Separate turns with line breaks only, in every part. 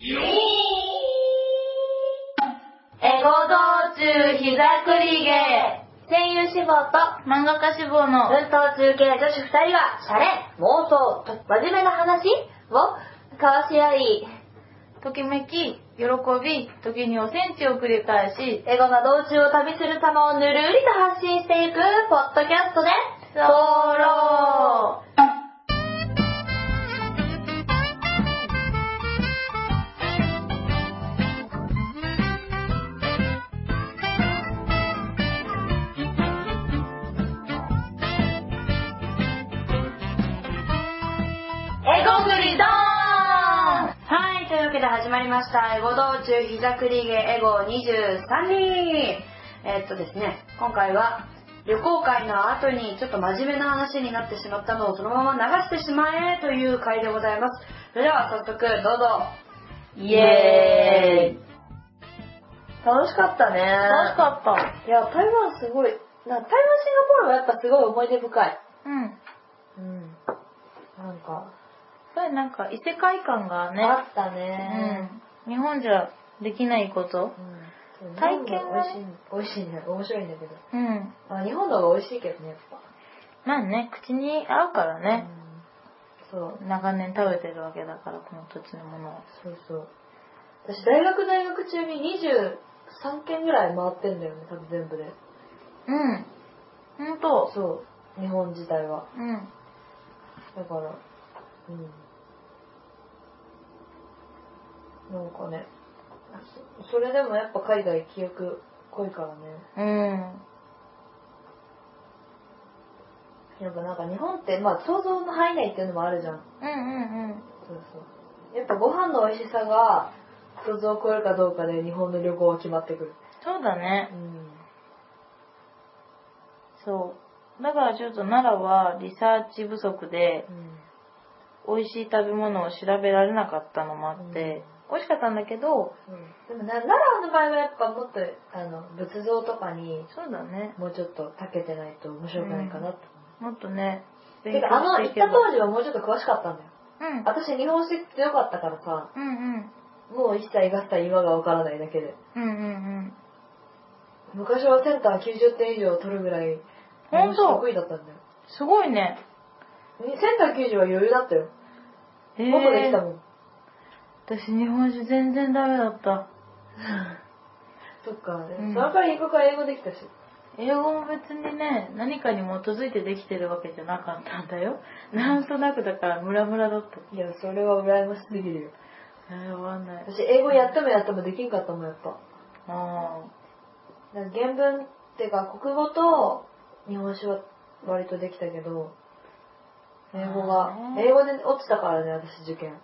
よ
え合同中膝くり芸声優志望と
漫画家志望の
文頭中継女子2人はシャレ妄想と真面目な話を交わし合い
ときめき、喜び、時におセンチを繰り返し、
エゴが道中を旅する様をぬるりと発信していくポッドキャストで
ソ
ソ
ロ
ロエゴグリドーンはい、というわけで始まりました、エゴ道中膝くりげエゴ23人。えっとですね、今回は旅行会の後にちょっと真面目な話になってしまったのをそのまま流してしまえという回でございます。それでは早速どうぞ。
イエーイ
楽しかったね。
楽しかった。
いや、台湾すごい、な台湾シンガポールはやっぱすごい思い出深い。
うん。
うん。なんか、
それなんか異世界感がね、
あった
うん
ね。。
日本じゃできないこ
う
と。
ん
体験は
美味しい、美味しいね、面白いんだけど。
うん。
あ、日本の方が美味しいけどね、やっぱ。
まあね、口に合うからね。
うん。そう、
長年食べてるわけだから、この土地のものを。
そうそう。私、大学大学中に23軒ぐらい回ってんだよね、多分全部で。
うん。ほんと。
そう、日本自体は。
うん。
だから、うん。なんかね、そそれでもやっぱ海外記憶濃いからね。
うん。
やっぱなんか日本って、まあ想像の範囲内っていうのもあるじゃん。
うんうんうん。
そうそう。やっぱご飯の美味しさが想像を超えるかどうかで日本の旅行は決まってくる。
そうだね。
うん。
そう。だからちょっと奈良はリサーチ不足で、美味しい食べ物を調べられなかったのもあって、美味しかったんだけど、
でもな奈良の場合はやっぱもっとあの仏像とかに
そうだね。
もうちょっと長けてないと面白くないかなと
もっとね、
思う。てかあの行った
う
当時はもうちょっと詳しかったんだよ。
ん。
私日本史強かったからさ、
うんうん。
もう一切合切今がわからないだけで。
うんうんうん。
昔はセンター90点以上取るぐらい
ほんと
得意だったんだよ。
すごいね。
センター90は余裕だったよ。
え
僕できたもん。
私日本酒全然ダメだった。
そっか、
うん
そのから英語から英語できたし。
英語も別にね、何かに基づいてできてるわけじゃなかったんだよ。なんとなくだからムラムラだった。
いや、それは羨ましすぎるよ。
えー、わかんない。
私、英語やってもやってもできんかったもん、やっぱ。
あ
なんか原文ってか、国語と日本史は割とできたけど、英語が
あ、ー
英語で落ちたからね、私受験。
あ、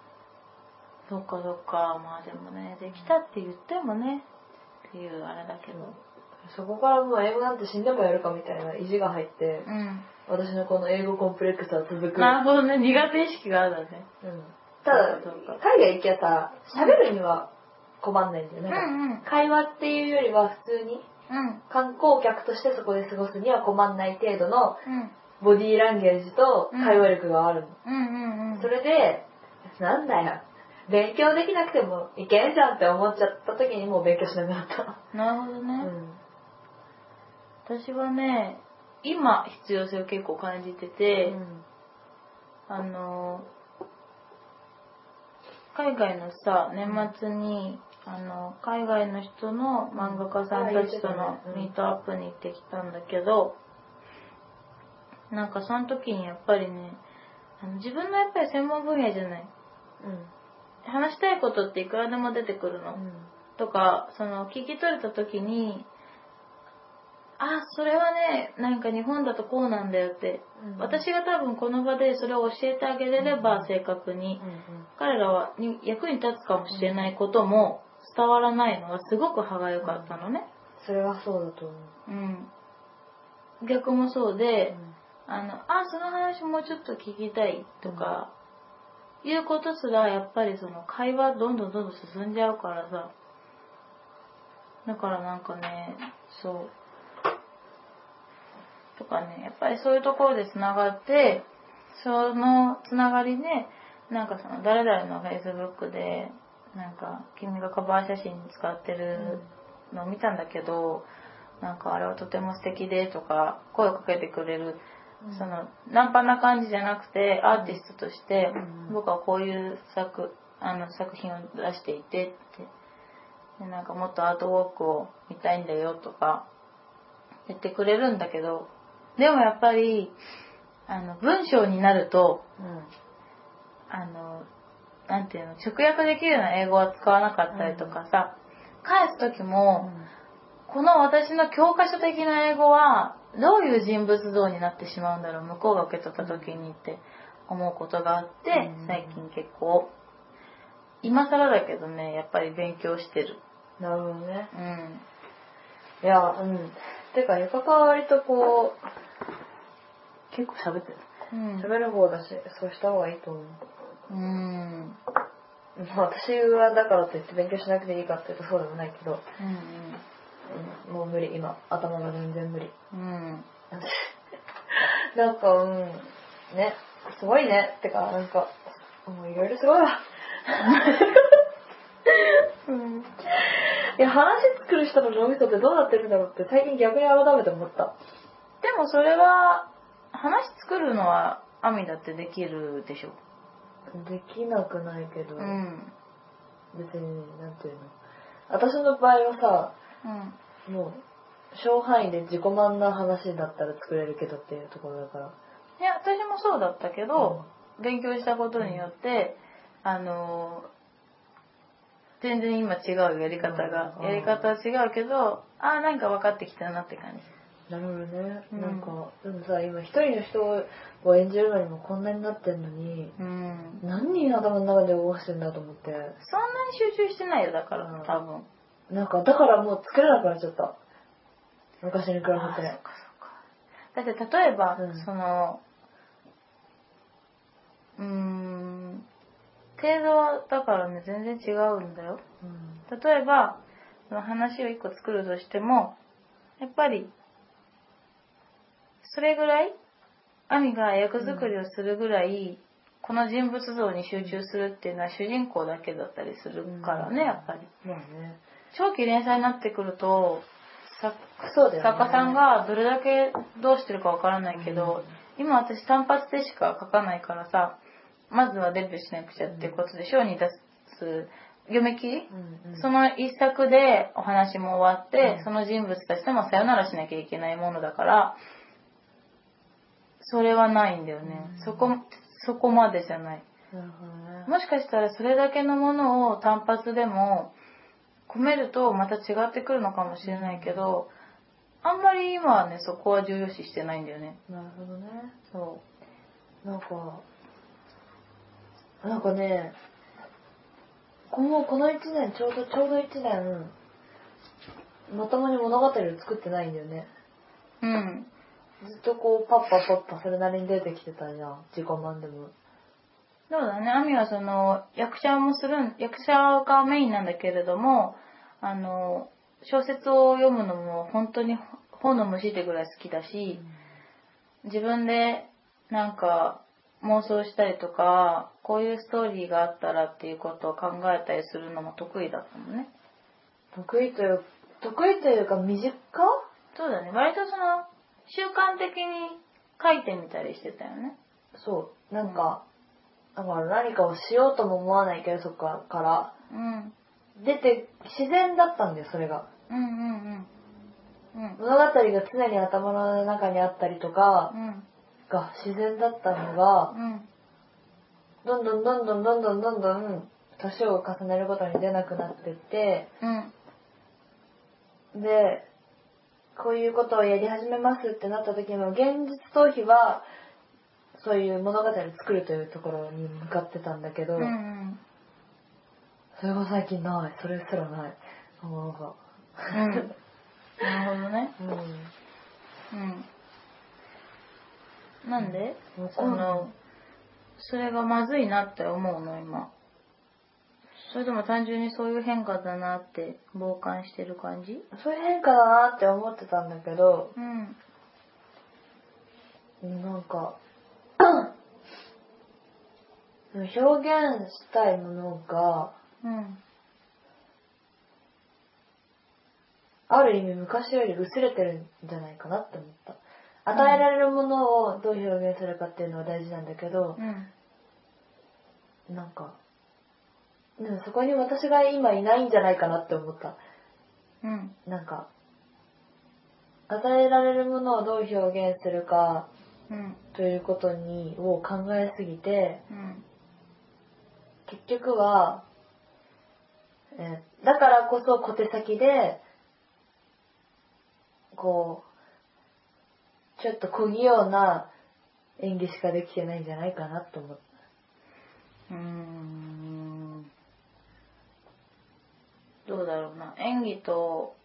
そっかそっか。まあでもね、できたって言ってもね、っていうあれだけど。
そこからもう英語なんて死んでもやるかみたいな意地が入って、
うん。
私のこの英語コンプレックスは続く。
なるほどね、苦手意識があるんだね。
うんただ
そうかそう、
海外行きゃさ、喋るには困んないんだよね。
うんうん
会話っていうよりは普通に
うん。
観光客としてそこで過ごすには困んない程度の
うん。
ボディーランゲージと会話力があるの、
うんうんうん。
それでなんだよ勉強できなくてもいけんじゃんって思っちゃった時にもう勉強しなくなった、
なるほどね。
うん、
私はね、今必要性を結構感じてて、あの、海外のさ、年末に、あの、海外の人の漫画家さんたちとの
あ言ってたねうん
ミートアップに行ってきたんだけど、なんかその時にやっぱりね、あの自分のやっぱり専門分野じゃない。
うん
話したいことっていくらでも出てくるの。とか、その、聞き取れた時に、あ、それはね、なんか日本だとこうなんだよって、
うん
私が多分この場でそれを教えてあげれれば正確に、彼らはに役に立つかもしれないことも伝わらないのがすごく歯がゆかったのね。
それはそうだと思う、
うん。逆もそうで、あの、あ、その話もうちょっと聞きたいとか、いうことすらやっぱりその会話どんどんどんどん進んじゃうからさ。だからなんかね、そう。とかね、やっぱりそういうところで繋がって、その繋がりで、なんかその誰々の Facebook で、なんか君がカバー写真に使ってるのを見たんだけど、なんかあれはとても素敵でとか声をかけてくれる、
うん
そのナンパな感じじゃなくてアーティストとして
うん
僕はこういう作あの作品を出していてってでなんかもっとアートワークを見たいんだよとか言ってくれるんだけどでもやっぱりあの文章になると
うん
あの、なんていうの、直訳できるような英語は使わなかったりとかさ、返す時も、この私の教科書的な英語は、どういう人物像になってしまうんだろう、向こうが受け取った時にって思うことがあって、
うん
最近結構、今更だけどね、やっぱり勉強してる。
なるほどね
う
い
ん。
やうんてかゆかかは割とこう結構喋ってる
うん。
喋る方だしそうした方がいいと思う
うん。
まあ私はだからといって勉強しなくていいかっていうとそうでもないけど、う
うん。
ん、もう無理今頭が全然無理
うん。
なんか、うん、ね、すごいね。てか、なんか、もういろいろすごいわ。
うん。
いや、話作る人の脳みそってどうなってるんだろうって最近逆に改めて思った。
でもそれは、話作るのは、アミだってできるでしょ。
できなくないけど、
うん。
別に、なんていうの。私の場合は
うん。
さ、もう、小範囲で自己満な話だったら作れるけどっていうところだから。
いや私もそうだったけど、勉強したことによって、あのー全然今違うやり方が、
うん
やり方は違うけどあーなんか分かってきたなって感じ
なるほどね。
うん
なんか、でもさ、今一人の人を演じるのにもこんなになってんのに、
うん
何人頭の中で動かしてんだと思って。
そんなに集中してないよだから、
うん
多分
なんか、だからもう作れなくなっちゃった。昔に比べて。
あーそっかそっかだって例えば、
うん
そのうーん程度はだからね全然違うんだよ
うん。
例えばその話を1個作るとしてもやっぱりそれぐらいアミが役作りをするぐらい、この人物像に集中するっていうのは主人公だけだったりするからね、
うん
やっぱり
まあね。
長期連載になってくると作
そうだよね
作家さんがどれだけどうしてるかわからないけど、今私単発でしか書かないからさまずはデビューしなくちゃっていうことで賞に出す読み切り、
うん、
その一作でお話も終わって、
うん
その人物たちともさよならしなきゃいけないものだから、それはないんだよね。
うん
そこ、そこまでじゃない。
なるほどね。
もしかしたらそれだけのものを単発でも込めるとまた違ってくるのかもしれないけど、あんまり今はね、そこは重要視してないんだよね。
なるほどね。
そ
なんか、なんかね、この、この一年、ちょうど、ちょうど一年、まともに物語を作ってないんだよね。
う。うん。
ずっとこう、パッパパッパそれなりに出てきてたじゃん。自己満でも。
そうだね、アミはその役者もするん、役者がメインなんだけれども、あの、小説を読むのも本当に本の虫ってぐらい好きだし、自分でなんか妄想したりとか、こういうストーリーがあったらっていうことを考えたりするのも得意だったのね。
得意という、得意というか、身近
そうだね、割とその習慣的に書いてみたりしてたよね。
そう、なんか、だから何かをしようとも思わないけど、そこから。
うん。
出て、自然だったんだよ、それが。
うんうんうん。うん。
物語が常に頭の中にあったりとか、
うん。
が自然だったのが、
うん。
どんどんどんどんどんどんどんどん、年を重ねるごとに出なくなってって、
うん。
で、こういうことをやり始めますってなった時の現実逃避は、そういう物語を作るというところに向かってたんだけど、
うんうん。
それが最近ない。それすらない。なんか。
うんなるほどね。
う
うん。なんで
ん。
その、それがまずいなって思うの、今。それとも単純にそういう変化だなって傍観してる感じ
そういう変化だなって思ってたんだけど、
うん。
なんか、表現したいものが、
うん。
ある意味昔より薄れてるんじゃないかなって思った。与えられるものをどう表現するかっていうのは大事なんだけど、
うん。
なんか、でもそこに私が今いないんじゃないかなって思った。
うん。
なんか、与えられるものをどう表現するか
うん。
ということに、を考えすぎて、
うん。
結局は、えーだからこそ小手先で、こう、ちょっとこぎような演技しかできてないんじゃないかなと思って。
うーんどうだろうな演技と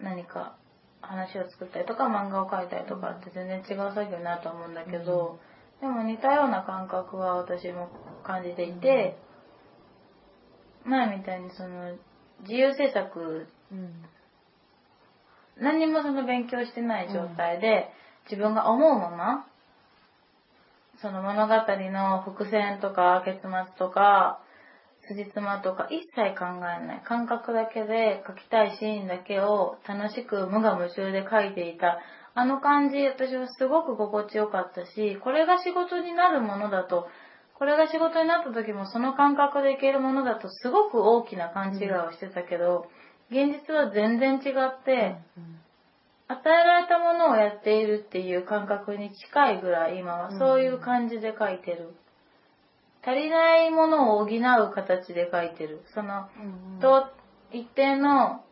何か話を作ったりとか漫画を描いたりとかって全然違う作業になると思うんだけど、でも似たような感覚は私も感じていて、前みたいにその自由制作
うん。
何にもその勉強してない状態で、自分が思うままその物語の伏線とか結末とか辻褄とか一切考えない感覚だけで書きたいシーンだけを楽しく無我夢中で書いていたあの感じ私はすごく心地よかったしこれが仕事になるものだとこれが仕事になった時もその感覚でいけるものだとすごく大きな勘違いをしてたけど、現実は全然違って、与えられたものをやっているっていう感覚に近いぐらい今はそういう感じで書いてる、足りないものを補う形で書いてるその、と一定の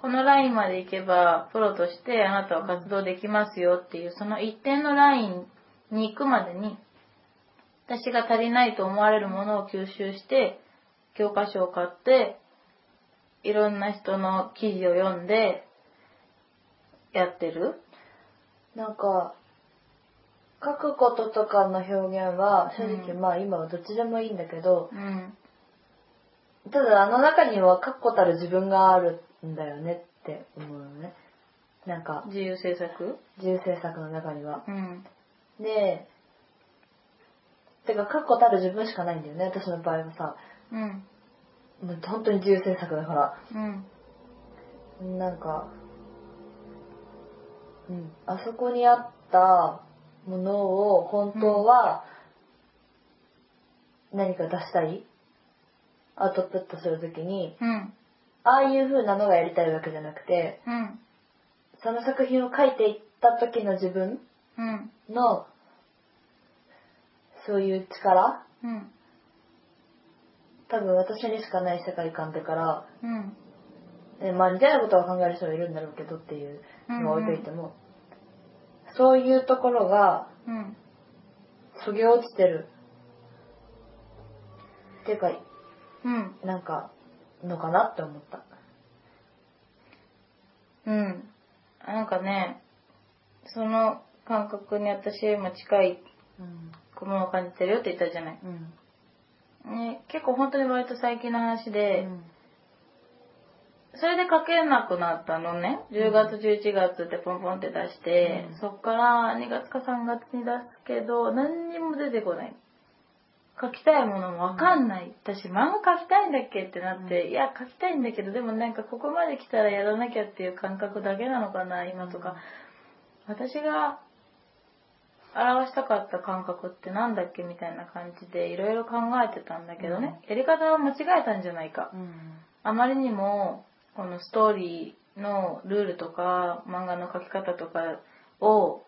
このラインまで行けばプロとしてあなたは活動できますよっていうその一定のラインに行くまでに私が足りないと思われるものを吸収して教科書を買っていろんな人の記事を読んでやってる
なんか、書くこととかの表現は、正直
うん
まあ今はどっちでもいいんだけど、
うん
ただあの中には確固たる自分があるんだよねって思うのね。なんか、
自由制作
自由制作の中には。
うん
で、てか確固たる自分しかないんだよね、私の場合はさ。
うん
もう本当に自由制作だから。
うん
なんか、うん、あそこにあったものを本当は何か出したい、アウトプットするときに、
うん
ああいう風なのがやりたいわけじゃなくて、
うん
その作品を書いていった時の自分
うん
の、そういう力
うん
多分私にしかない世界観だから、
うん
えまあ似たようなことは考える人もいるんだろうけどっていうのは置いといても、そういうところが
うん
そげ落ちてるっていうか
うん
なんかのかなって思った
うん。なんかね、その感覚に私は今近い
うん
ものを感じてるよって言ったじゃない。
うん
ね、結構本当に割と最近の話
う
で、
ん
それで書けなくなったのね。10月、11月ってポンポンって出して、
うん
そっから2月か3月に出すけど、何にも出てこない。書きたいものもわかんない。私、漫画書きたいんだっけってなって、いや、書きたいんだけど、でもなんかここまで来たらやらなきゃっていう感覚だけなのかな、今とか。私が表したかった感覚ってなんだっけみたいな感じでいろいろ考えてたんだけどね、やり方は間違えたんじゃないか。あまりにもこのストーリーのルールとか漫画の描き方とかを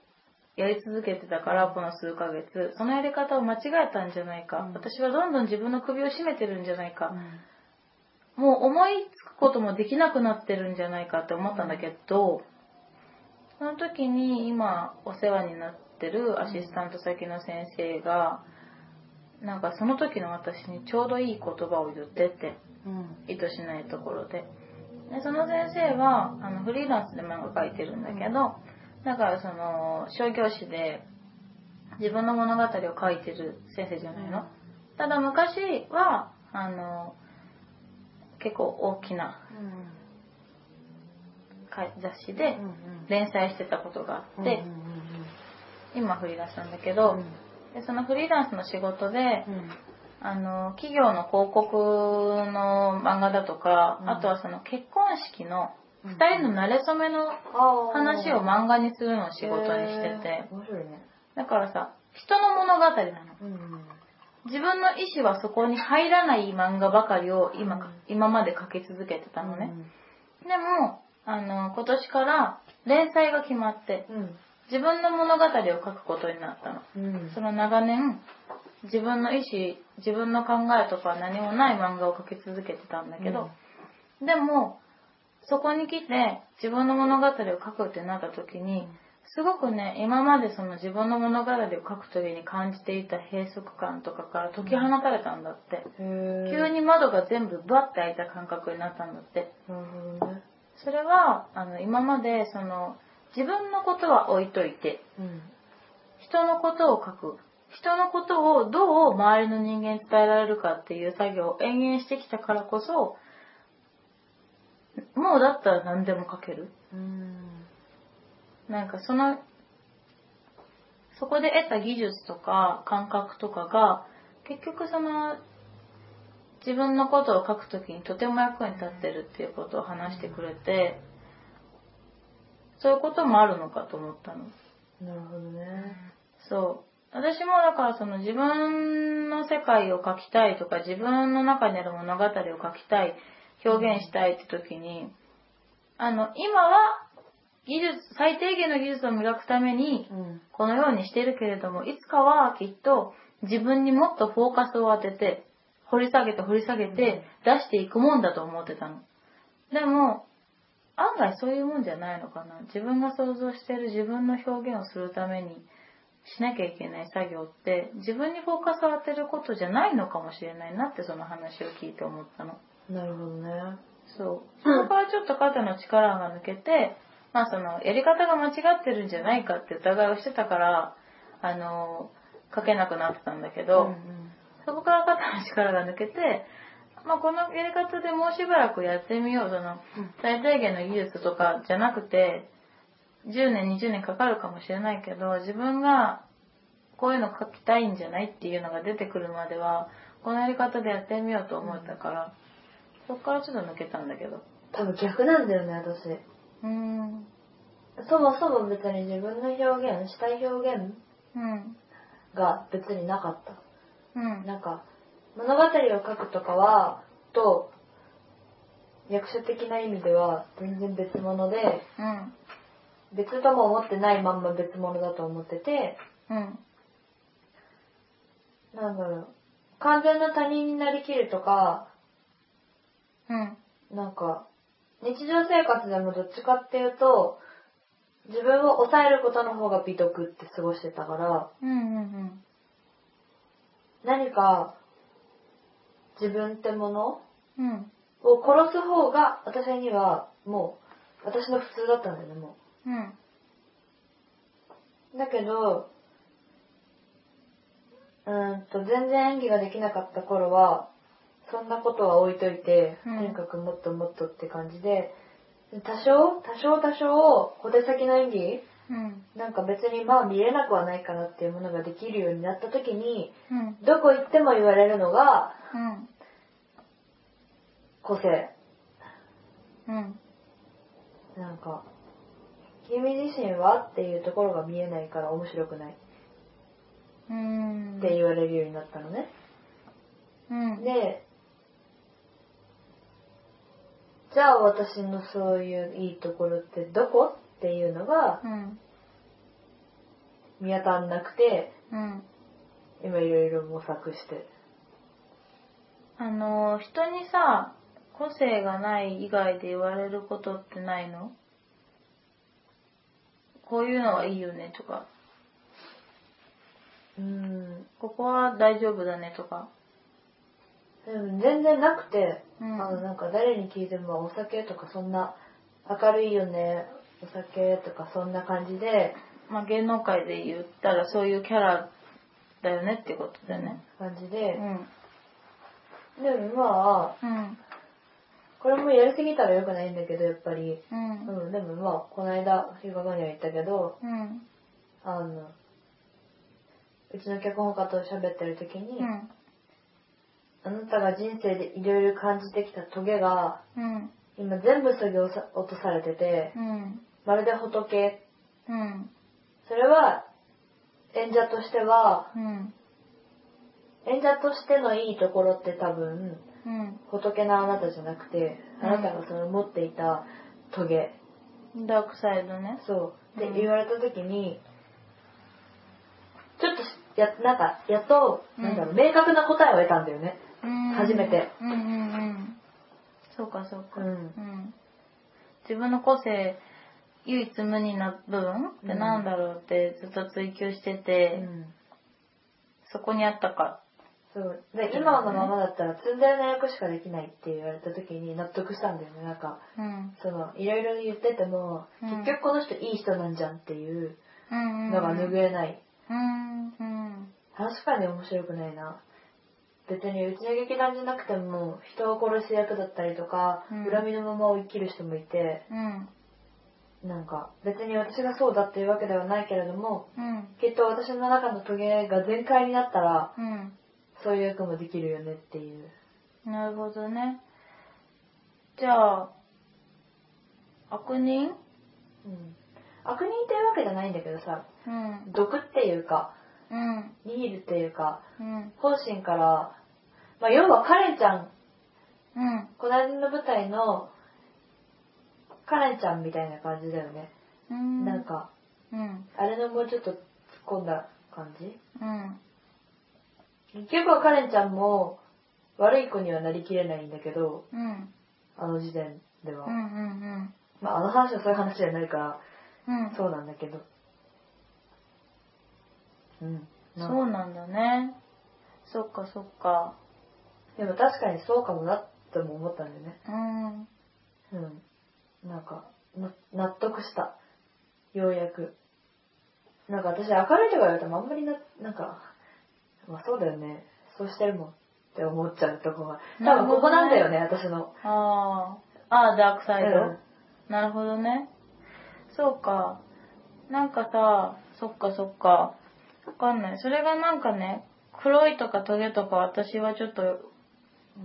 やり続けてたからこの数ヶ月そのやり方を間違えたんじゃないか、
うん
私はどんどん自分の首を絞めてるんじゃないか、もう思いつくこともできなくなってるんじゃないかって思ったんだけど、その時に今お世話になってるアシスタント先の先生が、なんかその時の私にちょうどいい言葉を言ってって、意図しないところででその先生はあのフリーランスで漫画描いてるんだけどだからその商業誌で自分の物語を書いてる先生じゃないの、ただ昔はあの結構大きなか雑誌で連載してたことがあって、今フリーランスなんだけど、でそのフリーランスの仕事で、あの、企業の広告の漫画だとか、
うん
あとはその結婚式の
うん
二人の馴れ初めの話を漫画にするのを仕事にしてて
へ、ー面白いね。
だからさ、人の物語なの。
うんうん。
自分の意思はそこに入らない漫画ばかりを今か、
うん
今まで書き続けてたのね。
うん
でも、あの、今年から連載が決まって、
うん。
自分の物語を書くことになったの。
うん。
その長年、自分の意思、自分の考えとか何もない漫画を描き続けてたんだけど、でも、そこに来て自分の物語を書くってなった時に、すごくね、今までその自分の物語を書く時に感じていた閉塞感とかから解き放たれたんだって。
うん、へー
急。に窓が全部バッて開いた感覚になったんだって。
なるほどね。
それは、あの、今までその、自分のことは置いといて、
うん。
人のことを書く人のことをどう周りの人間に伝えられるかっていう作業を延々してきたからこそもうだったら何でも書ける
うん。
なんかそのそこで得た技術とか感覚とかが結局その自分のことを書くときにとても役に立ってるっていうことを話してくれてそういうこともあるのかと思ったの。
なるほどね。
そう。私もだからその自分の世界を描きたいとか自分の中にある物語を描きたい、表現したいって時に、あの、今は技術、最低限の技術を磨くために
うん。
このようにしてるけれども、いつかはきっと自分にもっとフォーカスを当てて、掘り下げて掘り下げて出していくもんだと思ってたの。でも、案外そういうもんじゃないのかな。自分が想像してる自分の表現をするためにしなきゃいけない作業って、自分にフォーカスを当てることじゃないのかもしれないなってその話を聞いて思ったの。
なるほどね。
そう。そこからちょっと肩の力が抜けて、まあその、やり方が間違ってるんじゃないかって疑いをしてたから、あの、書けなくなってたんだけど、
うん
そこから肩の力が抜けて、まあこのやり方でもうしばらくやってみよう。その
うん、
最低限の技術とかじゃなくて、10年、20年かかるかもしれないけど、自分がこういうの書きたいんじゃないっていうのが出てくるまでは、このやり方でやってみようと思ったから、そこからちょっと抜けたんだけど。
多分逆なんだよね、私。
うーん。
そもそも別に自分の表現、したい表現
うん。
が別になかった。
うん。
なんか物語を書くとかはと役所的な意味では全然別物で
うん。
別とも思ってないまんま別物だと思ってて
うん。
なんだろう完全な他人になりきるとか
うん。
なんか日常生活でもどっちかっていうと自分を抑えることの方が美徳って過ごしてたから
うん。うん。
何か自分ってもの
うん。
を殺す方が私にはもう私の普通だったんだよねも
うん。
うだけどうーんと全然演技ができなかった頃はそんなことは置いといて、
うん
とにかくもっともっとって感じで多少多少多少小手先の演技
うん。
なんか別にまあ見えなくはないかなっていうものができるようになった時に
うん。
どこ行っても言われるのが
うん。
個性
うん。
なんか、君自身はっていうところが見えないから面白くない
うん。
って言われるようになったのね。
うん。
で、じゃあ私のそういういいところってどこっていうのが
うん。
見当たんなくて、
うん。
今いろいろ模索して。
あの、人にさ、個性がない以外で言われることってないのこういうのはいいよねとか、
うーん。
ここは大丈夫だねとか。
でも全然なくて、
うん
あのなんか誰に聞いてもお酒とかそんな明るいよね、お酒とかそんな感じで、
まあ、芸能界で言ったらそういうキャラだよねってことだよね。
感じ
う
で、
ん。
でもまあ、
うん。
これもやりすぎたら良くないんだけど、やっぱり。
う。
うんん、でもまあ、この間、映画館には行ったけど、
うん。
あの、うちの脚本家と喋ってる時に、
うん。
あなたが人生でいろいろ感じてきたトゲが、
うん。
今全部そぎ落さ落とされてて、
うん。
まるで仏。
うん。
それは、演者としては、
うん。
演者としてのいいところって多分、
う
仏のあなたじゃなくて、
うん
あなたがその持っていたトゲ、
ん。ダークサイドね。
そう。で、
うん
言われた時に、ちょっとし、や、なんか、やっと、
うん
なんだろう、明確な答えを得たんだよね。
うん
初めて。
うんうんうん。そうかそうか。
うん
自分の個性、唯一無二な部分ってなんだろうってずっと追求してて、そこにあったか。
そう。で、今のままだったら、ツンデレな役しかできないって言われた時に納得したんだよね。なんか、
うん。
その、いろいろ言ってても、
うん
結局この人いい人なんじゃんっていう
うんうん。
のが拭えない。
うんうん。
確かに面白くないな。別にうちの劇団じゃなくても、人を殺す役だったりとか、
うん
恨みのままを生きる人もいて、
うん。
なんか別に私がそうだっていうわけではないけれども
うん。
きっと私の中のトゲが全開になったら
うん。
そういう役もできるよねっていう
なるほどね。じゃあ、悪
うん
人
悪人っていうわけじゃないんだけどさ
うん。
毒っていうか
うん。
ニールっていうか
うん。
本心から、まあ、要はカレンちゃん
うん。
この間の舞台のカレンちゃんみたいな感じだよね、
うん。
なん。か
うん。
あれのもうちょっと突っ込んだ感じ
うん。
結局はカレンちゃんも悪い子にはなりきれないんだけど
うん。
あの時点では、
うんうん
まあ、あの話はそういう話じゃないから、
うん。うん。
そうなんだけど。うん。な
そうなんだね。そっかそっか。
でも確かにそうかもなっても思ったんだよね。
うん。
うん。なんか、な納得した。ようやく。なんか私明るいとか言われてもあんまりな、なんか、まあそうだよね。そうしてるもんって思っちゃうとこが。多分ここなんだよね、私の。
ああ。ああ、ダークサイド。
うん
なるほどね。そうか。なんかさ、そっかそっか。わかんない。それがなんかね、黒いとかトゲとか私はちょっと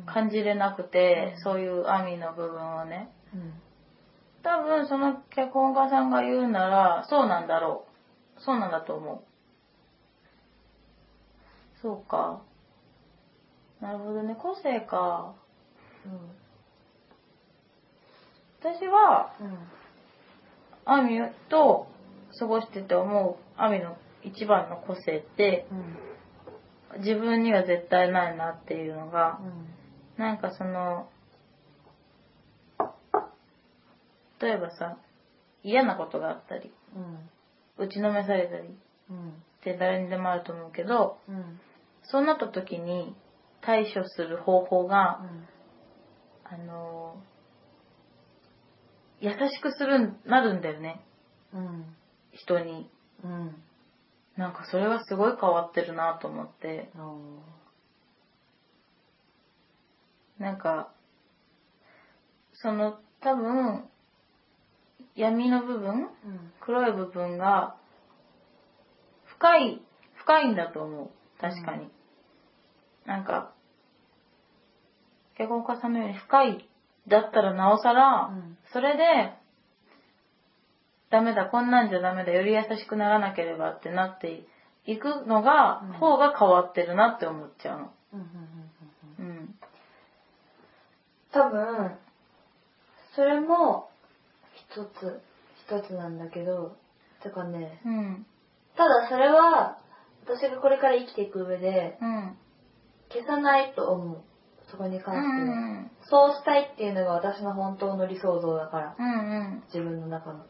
感じれなくて、
うん
そういう網の部分をね。
うん。
多分その脚本家さんが言うなら、そうなんだろう。そうなんだと思う。そうか。なるほどね。個性か。
うん。
私は、
うん。
アミと過ごしてて思う、アミの一番の個性って、
うん。
自分には絶対ないなっていうのが、なんかその、例えばさ、嫌なことがあったり、
うん。
打ちのめされたりっ
うん。
て誰にでもあると思うけど、
うん。
そうなった時に対処する方法が、あのー優しくするん、なるんだよね、
うん。
人に。
うん。
なんかそれはすごい変わってるなと思って、
あ
なんか、その多分、闇の部分、
ーうん。
黒い部分が、深い、深いんだと思う。確かに。なんか、脚本家さんのように深いだったらなおさら、
うん
それで、ダメだ、こんなんじゃダメだ、より優しくならなければってなっていくのが、
うん
方が変わってるなって思っちゃうの。
うんうんうんうん
うん。
多分それも一つ一つなんだけどてかね
うん。
ただそれは私がこれから生きていく上で
うん。
消さないと思うそこに
う
関しては、
ん。
そうしたいっていうのが私の本当の理想像だから
うん。
自分の中の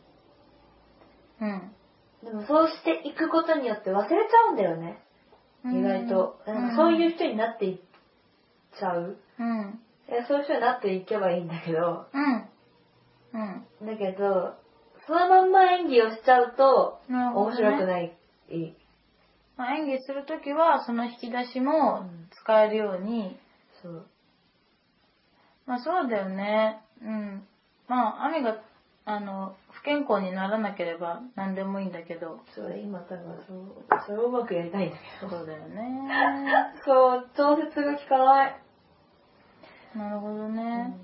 うん。
でもそうしていくことによって忘れちゃうんだよね
うん。
意外と、なんかそういう人になっていっちゃう
うん。
いやそういう人になっていけばいいんだけど
うん。うん。
だけどそのまんま演技をしちゃうと
なる
面
ほどね
白くない。い
まあ、演技するときはその引き出しも使えるように、
そう。
まあそうだよねうんまあ雨があの不健康にならなければ何でもいいんだけど
そう、今多分 そう、それをうまくやりたいんだけ
そうだよね
ど。そう、調節が効かない。
なるほど
うん
ね。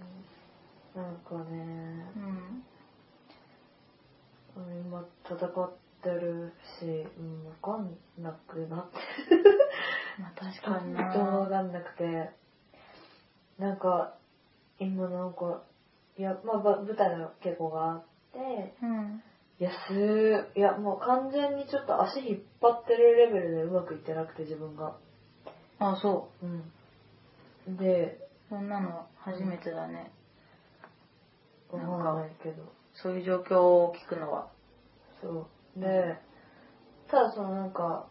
なんかね
うん。
今戦ってるし、うん、分かんなくなって
まあ確
感
かに
情分
な。
かんなくてなんか今なんかいやまあば舞台の稽古があって
うん。
いやすーいやもう完全にちょっと足引っ張ってるレベルでうまくいってなくて自分が
あ、そ
うんで
う。そんなの初めてだね。
わか
なん
ん
か
ないけど
そういう状況を聞くのは。
そうでただそのなんか、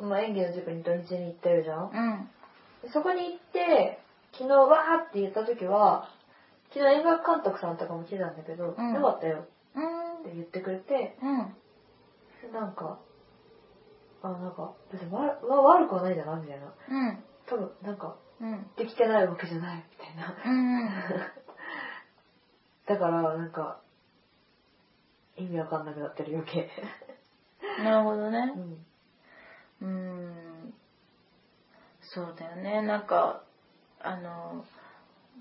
まあ、演技の塾に土日に行ってるじゃん
うん。
そこに行って、昨日わーって言った時は、昨日映画監督さんとかも来てたんだけど、
うん
よかったよ
うん
って言ってくれて、
うん。
なんか、あ、なんか、別にわわ悪くはないんだな、みたいな。
うん。
多分、なんか、
うん。
できてないわけじゃない、みたいな。
うん。
だから、なんか、意味わかんなくなってる余計。
なるほど
う
ね。
ん。
うーん。そうだよね。なんか、あの、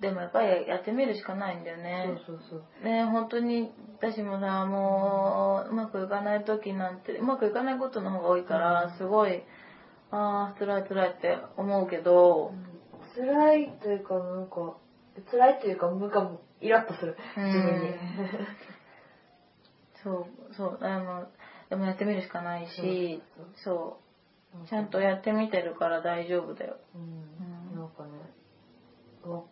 でもやっぱりやってみるしかないんだよね。
そうそうそう。
ね本当に私もさもううまくいかない時なんてうまくいかないことの方が多いからすごいああ辛い辛いって思うけど、
辛いというか、なんか、辛いというか、なんかもうイラッとする。
うん
自分に。
そうそうあのでもやってみるしか ないし、
そう
そ
そう
うちゃんとやってみてるから大丈夫だよ
うんなんかね、うわ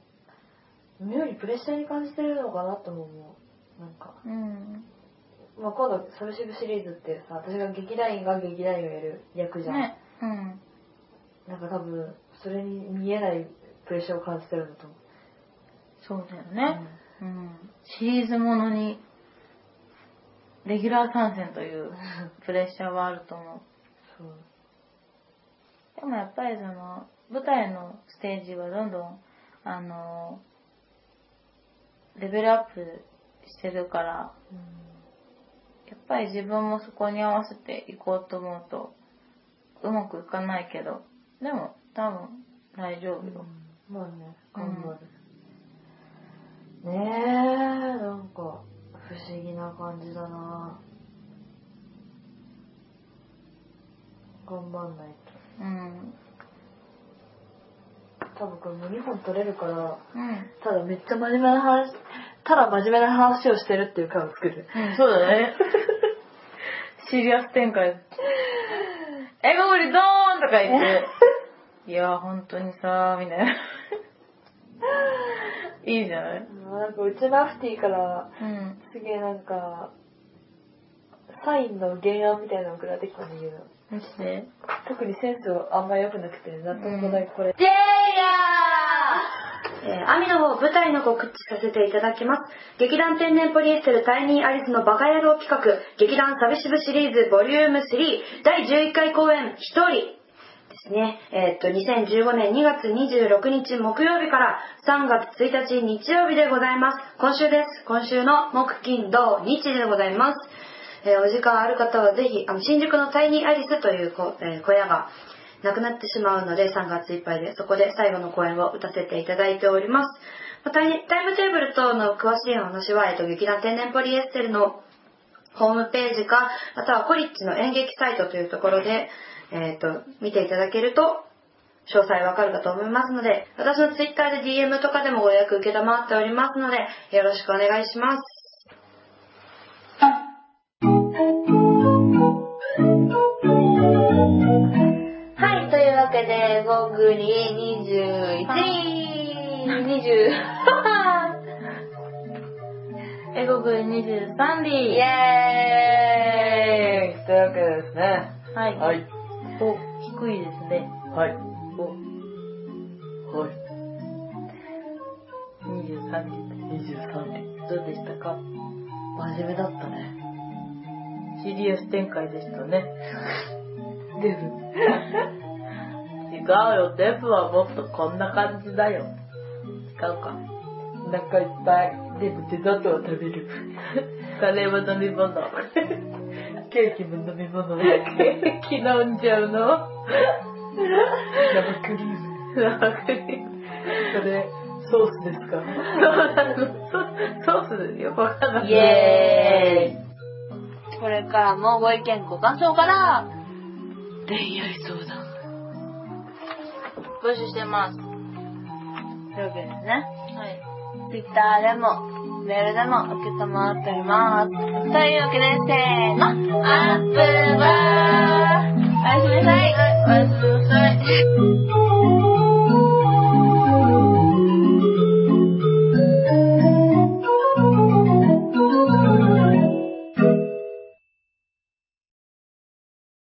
妙にプレッシャーに感じてるのかなとも思う。なんか、
うん
まあ、今度、ソルシブシリーズってさ、私が劇団員が劇団員をやる役じゃん。
ねうん
なんか多分、それに見えないプレッシャーを感じてるんだと思
そうだよ
う。
ね、うんシリーズものにレギュラー参戦とい
う
う
ん。
プレッシャーはあると思う
そう。
でもやっぱりその舞台のステージはどんどんあのレベルアップしてるから
うん
やっぱり自分もそこに合わせていこうと思うとうまくいかないけどでも多分大丈夫よ、
まあね、頑張る。ねえ、なんか、不思議な感じだな頑張んないと。
うん
多分これもう2本取れるから
うん、
ただめっちゃ真面目な話ただ真面目な話をしてるっていう回を作る
うん、そうだ ねシリアス展開エゴブリドーンとか言 っていや本当にさみたい ないいじゃない
なんかうちラフティーから
うん
すげえなんかサインの原案みたいなの送られてきたんだけど
見して。
特にセンスはあんま良くなくて納得もないこれ、
でやーえー、アミの方舞台の方告知させていただきます。劇団天然ポリエステルタイニーアリスのバカ野郎企画、劇団サビシブシリーズボリューム3、第11回公演、一人。ですね。えーっと、2015年2月26日木曜日から3月1日日曜日でございます。今週です。今週の木金土日でございます。えーお時間ある方はぜひ、あの、新宿のタイニーアリスというこ、えー小屋がなくなってしまうので3月いっぱいでそこで最後の公演を歌せていただいておりますまたタイタイムテーブル等の詳しいお話は、えっと、劇団天然ポリエステルのホームページかまたはコリッジの演劇サイトというところで、えっと見ていただけると詳細わかるかと思いますので私のツイッターで DM とかでもご予約受けたまっておりますのでよろしくお願いします
はいというわけでゴグリ21 20
英語部23里。
イエーイというわけでですね
はい。
はい
お、低いですね。
はい
お、
はい
23里。
23年
どうでしたか
真面目だったね
シリアス展開でしたね。
デブ
違うよ、デブはもっとこんな感じだよ。違うか。
お腹いっぱいデブデザートは食べる
カレーは飲み物。
ケーキも飲み物も生
気飲んじゃうの
クリーム
う
それ
ソースですか
ソースよくわかんない。
イエーイこれからもご意見ご感想から
恋愛相談。
募集してます。というわけでね、
はい。
Twitter でも、メールでも受け止まっております。というわけで、せーの、アップバーおやすみなさい。おやすみなさい。